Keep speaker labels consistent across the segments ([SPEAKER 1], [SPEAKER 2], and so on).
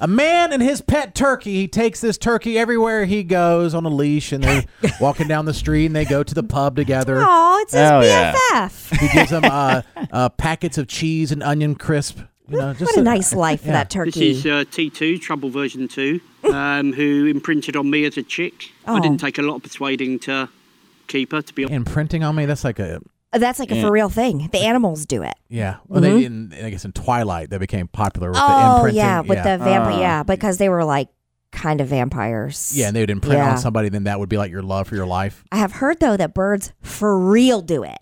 [SPEAKER 1] A man and his pet turkey. He takes this turkey everywhere he goes on a leash, and they're walking down the street, and they go to the pub together.
[SPEAKER 2] Oh, it's his
[SPEAKER 3] Oh, yeah.
[SPEAKER 2] BFF.
[SPEAKER 1] He gives them uh, uh, packets of cheese and onion crisp. You know, just
[SPEAKER 2] What a nice life for that
[SPEAKER 4] This
[SPEAKER 2] turkey.
[SPEAKER 4] is uh, T2, Trouble version 2, um, who imprinted on me as a chick.
[SPEAKER 2] Oh.
[SPEAKER 4] I didn't take a lot of persuading to keep her, to be honest.
[SPEAKER 1] imprinting on me. That's like a
[SPEAKER 2] Oh, That's like a for real thing. The animals do it.
[SPEAKER 1] yeah. Well, they in, I guess in Twilight they became popular with the
[SPEAKER 2] Mm-hmm. Oh
[SPEAKER 1] imprinting.
[SPEAKER 2] yeah, with
[SPEAKER 1] yeah. Uh-huh.
[SPEAKER 2] the vampire. yeah, because they were like kind of vampires.
[SPEAKER 1] yeah, and they would imprint
[SPEAKER 2] Yeah.
[SPEAKER 1] on somebody. Then that would be like your love for your life
[SPEAKER 2] I have heard though that birds for real do it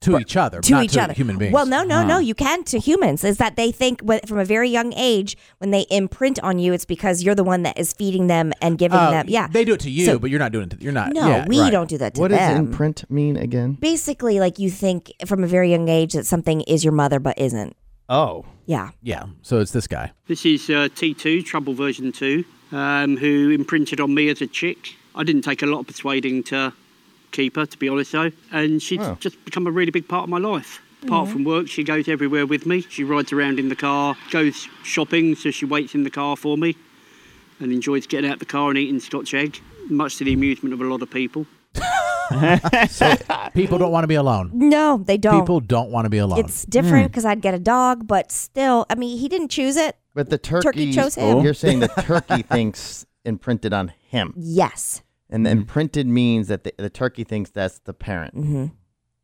[SPEAKER 1] to each other,
[SPEAKER 2] to
[SPEAKER 1] not
[SPEAKER 2] each
[SPEAKER 1] to
[SPEAKER 2] other.
[SPEAKER 1] human beings. Uh-huh.
[SPEAKER 2] Well, no, no, no. You can to humans. Is that they think wh- from a very young age when they imprint on you, it's because you're the one that is feeding them and giving
[SPEAKER 1] Uh,
[SPEAKER 2] them. Yeah,
[SPEAKER 1] they do it to you,
[SPEAKER 2] So-
[SPEAKER 1] but you're not doing it. To, you're not.
[SPEAKER 2] No,
[SPEAKER 1] yeah,
[SPEAKER 2] we
[SPEAKER 1] right.
[SPEAKER 2] don't do that to
[SPEAKER 3] What does
[SPEAKER 2] them.
[SPEAKER 3] imprint mean again?
[SPEAKER 2] Basically, like you think from a very young age that something is your mother but isn't.
[SPEAKER 3] Oh.
[SPEAKER 2] Yeah.
[SPEAKER 1] Yeah, so it's this guy.
[SPEAKER 4] This is uh, T2, Trouble version 2, um, who imprinted on me as a chick. I didn't take a lot of persuading to keep her, to be honest, though. And she's just become a really big part of my life. Apart from work, she goes everywhere with me. She rides around in the car, goes shopping, so she waits in the car for me and enjoys getting out the car and eating Scotch egg, much to the amusement of a lot of people.
[SPEAKER 1] People don't want to be alone.
[SPEAKER 2] No, they don't.
[SPEAKER 1] People don't want to be alone.
[SPEAKER 2] it's
[SPEAKER 3] Hmm.
[SPEAKER 2] different because I'd get a dog, but still, I mean, he didn't choose it.
[SPEAKER 3] But the turkey,
[SPEAKER 2] Turkey chose him.
[SPEAKER 3] You're saying the turkey thinks imprinted on him.
[SPEAKER 2] Yes.
[SPEAKER 3] And the imprinted means that the, the turkey thinks that's the parent.
[SPEAKER 2] hmm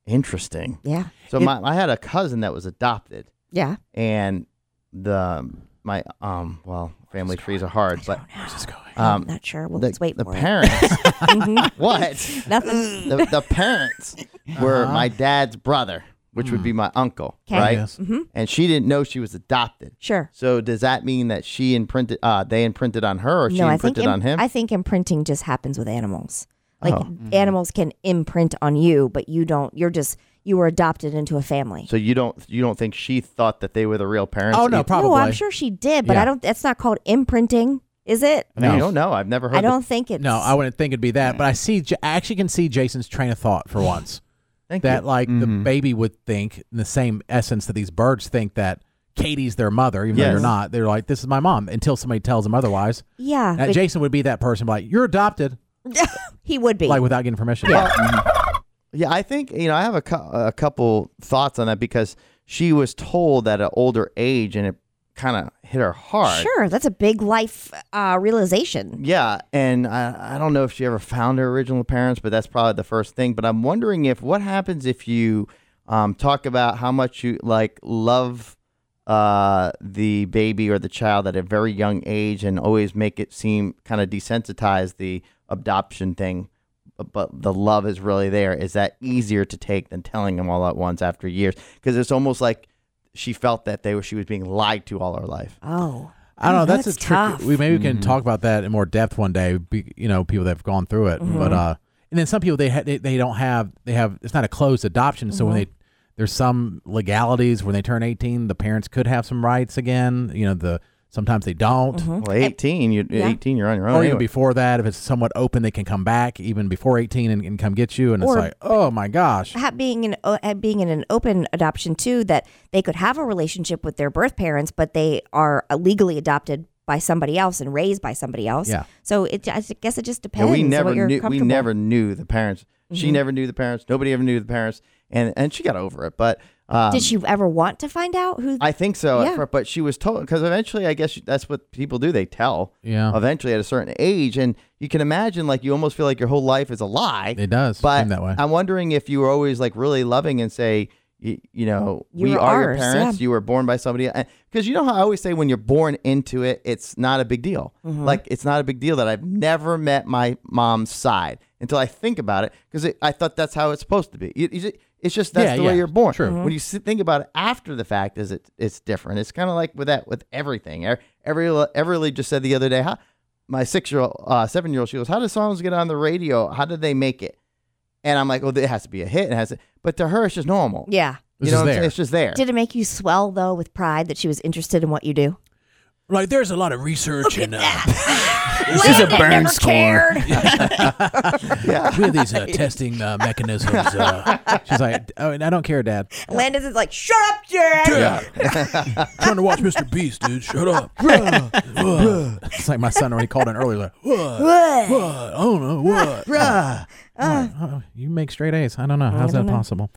[SPEAKER 3] Interesting.
[SPEAKER 2] Yeah.
[SPEAKER 3] So
[SPEAKER 1] It-
[SPEAKER 3] my, I had a cousin that was adopted,
[SPEAKER 2] Yeah.
[SPEAKER 3] and the my um well family trees are hard, but
[SPEAKER 1] Where's this going?
[SPEAKER 3] um
[SPEAKER 2] Not sure. Well,
[SPEAKER 3] the,
[SPEAKER 2] let's wait
[SPEAKER 3] the
[SPEAKER 2] for it.
[SPEAKER 3] parents
[SPEAKER 2] Mhm.
[SPEAKER 3] what
[SPEAKER 2] Nothing.
[SPEAKER 3] the, the parents were my dad's brother, which would be my uncle,
[SPEAKER 2] 'Kay.
[SPEAKER 3] right?
[SPEAKER 1] Yes.
[SPEAKER 3] And she didn't know she was adopted.
[SPEAKER 2] Sure.
[SPEAKER 3] So does that mean that she imprinted? Uh, they imprinted on her, or she
[SPEAKER 2] no, I think
[SPEAKER 3] imprinted on
[SPEAKER 2] im-
[SPEAKER 3] him?
[SPEAKER 2] I think imprinting just happens with animals. Like
[SPEAKER 3] Oh.
[SPEAKER 2] animals can imprint on you, but you don't. You're just you were adopted into a family.
[SPEAKER 3] so you don't you don't think she thought that they were the real parents?
[SPEAKER 1] Oh no,
[SPEAKER 3] either?
[SPEAKER 1] probably.
[SPEAKER 2] No, I'm sure she did, but
[SPEAKER 1] Yeah.
[SPEAKER 2] I don't. That's not called imprinting, is it?
[SPEAKER 3] I mean,
[SPEAKER 1] No.
[SPEAKER 3] I don't know. I've never heard.
[SPEAKER 2] I
[SPEAKER 3] the-
[SPEAKER 2] don't think it's. Mm.
[SPEAKER 1] No, I wouldn't think it'd be that, but I see. J- I actually can see Jason's train of thought for once.
[SPEAKER 3] Thank
[SPEAKER 1] that
[SPEAKER 3] you.
[SPEAKER 1] like the baby would think in the same essence that these birds think that Katie's their mother, even though
[SPEAKER 3] Yes.
[SPEAKER 1] you're not. They're like, this is my mom until somebody tells them otherwise.
[SPEAKER 2] Yeah,
[SPEAKER 1] Now,
[SPEAKER 2] but-
[SPEAKER 1] Jason would be that person, like you're adopted,
[SPEAKER 2] he would be.
[SPEAKER 1] like without getting permission. Mm-hmm.
[SPEAKER 3] Yeah, I think you know I have a, cou- a couple thoughts on that because she was told at an older age, and it kind of hit her hard.
[SPEAKER 2] Sure, that's a big life uh, realization.
[SPEAKER 3] Yeah, and I, I don't know if she ever found her original parents, but that's probably the first thing. But I'm wondering if what happens if you um, talk about how much you like love uh, the baby or the child at a very young age, and always make it seem kind of desensitize the adoption thing, but the love is really there. Is that easier to take than telling them all at once after years? Because it's almost like she felt that they were she was being lied to all her life.
[SPEAKER 2] Oh,
[SPEAKER 1] I don't know. That's,
[SPEAKER 2] That's
[SPEAKER 1] a tricky.
[SPEAKER 2] tough.
[SPEAKER 1] We maybe can talk about that in more depth one day. Be, you know, people that have gone through it, but uh, and then some people they, ha- they they don't have they have it's not a closed adoption. So when they there's some legalities when they turn 18, the parents could have some rights again. You know, the sometimes they don't.
[SPEAKER 3] Well, eighteen, you
[SPEAKER 2] Yeah.
[SPEAKER 3] eighteen, you're on your own.
[SPEAKER 1] Or
[SPEAKER 3] anyway.
[SPEAKER 1] even before that, if it's somewhat open, they can come back even before 18 and, and come get you. And it's
[SPEAKER 2] Or-
[SPEAKER 1] like, oh my gosh.
[SPEAKER 2] ha- being in uh, uh, being in an open adoption too, that they could have a relationship with their birth parents, but they are uh, legally adopted by somebody else and raised by somebody else.
[SPEAKER 1] Yeah.
[SPEAKER 2] So it, I guess it just
[SPEAKER 3] Yeah,
[SPEAKER 2] depends.
[SPEAKER 3] we
[SPEAKER 2] on
[SPEAKER 3] never
[SPEAKER 2] what you're
[SPEAKER 3] knew. We
[SPEAKER 2] comfortable- Mm-hmm.
[SPEAKER 3] never knew the parents. She never knew the parents. Nobody ever knew the parents, and and she got over it. But um,
[SPEAKER 2] Did she ever want to find out who?
[SPEAKER 3] I think so. at
[SPEAKER 2] Yeah.
[SPEAKER 3] fir- but she was told because eventually, I guess that's what people do. They tell.
[SPEAKER 1] Yeah.
[SPEAKER 3] Eventually, at a certain age, and you can imagine like you almost feel like your whole life is a lie.
[SPEAKER 1] It does
[SPEAKER 3] But
[SPEAKER 1] seem that way.
[SPEAKER 3] I'm wondering if you were always like really loving and say. You, you know,
[SPEAKER 2] You
[SPEAKER 3] we
[SPEAKER 2] were
[SPEAKER 3] are your
[SPEAKER 2] ours,
[SPEAKER 3] parents.
[SPEAKER 2] yeah.
[SPEAKER 3] You were born by somebody, because you know how I always say when you're born into it, it's not a big deal.
[SPEAKER 2] Mm-hmm.
[SPEAKER 3] Like it's not a big deal that I've never met my mom's side until I think about it, because I thought that's how it's supposed to be. You- you ju- it's just that's
[SPEAKER 1] Yeah,
[SPEAKER 3] the
[SPEAKER 1] yeah,
[SPEAKER 3] way you're born.
[SPEAKER 1] true.
[SPEAKER 2] Mm-hmm.
[SPEAKER 3] When you s- think about it after the fact, is it it's different. It's kind of like with that with everything. Er- Every Everly just said the other day, how, my six year old, uh, seven year old, she goes, "How do songs get on the radio? How did they make it?" And I'm like, "Well, it has to be a hit. It has to." But to her, it's just normal.
[SPEAKER 2] yeah.
[SPEAKER 1] It's
[SPEAKER 3] you know,
[SPEAKER 1] just
[SPEAKER 3] what I'm
[SPEAKER 1] there.
[SPEAKER 3] saying? it's just there.
[SPEAKER 2] Did it make you swell though with pride that she was interested in what you do?
[SPEAKER 1] Like, there's a lot of research and uh,
[SPEAKER 2] This
[SPEAKER 5] is a burn score.
[SPEAKER 1] we have these uh, testing uh, mechanisms. Uh, she's like, oh, and I don't care, Dad.
[SPEAKER 2] Landis is like, shut up, Jared.
[SPEAKER 1] Trying to watch Mr. Beast, dude. Shut up. Bruh. Bruh. it's like my son already called in earlier. Like, what?
[SPEAKER 2] Ugh.
[SPEAKER 1] What? I don't know. What? Bruh. you make straight A's. I don't know. How's that possible?